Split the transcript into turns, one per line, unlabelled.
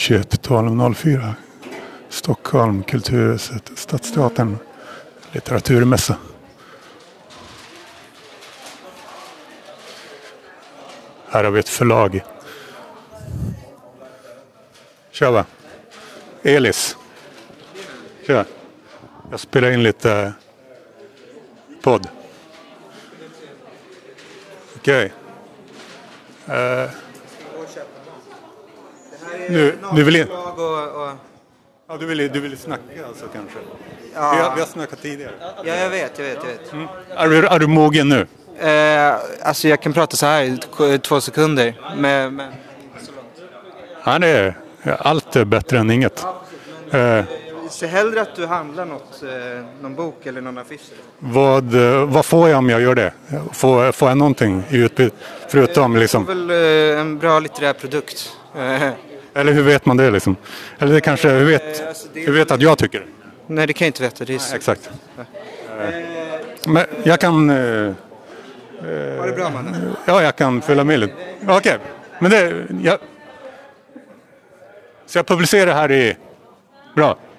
21.12.04 Stockholm, Kulturhuset, Stadsteatern, litteraturmässa. Här har vi ett förlag. Kör va? Elis. Kör. Jag spelar in lite podd. Okej. Eh, Nu- du vill in-
nakenslag Och, och,
ja, du ville du vill snacka alltså kanske?
Ja.
Vi, har, vi har snackat tidigare.
ja, jag vet, jag vet, jag vet. Mm.
Är, du- är du mogen nu?
Eh, alltså jag kan prata så här i t- två sekunder. Men, men,
Ja, det är, allt är bättre än inget. Eh,
se hellre att du handlar något, eh, någon bok eller någon affisch.
vad, eh, vad får jag om jag gör det? Får, får jag någonting i utbyte? Förutom
Det är
liksom...
väl eh, en bra litterär produkt. Eh,
Eller hur vet man det liksom? Eller det kanske, hur vet,
Eh, alltså, det-
hur vet att jag tycker det?
nej, det kan jag inte veta. Det är så.
Exakt. Eh, Men jag kan... eh,
Ha det bra mannen.
Ja, jag kan fylla med lite. Okej, men det... Jag... Så jag publicerar här i... Bra.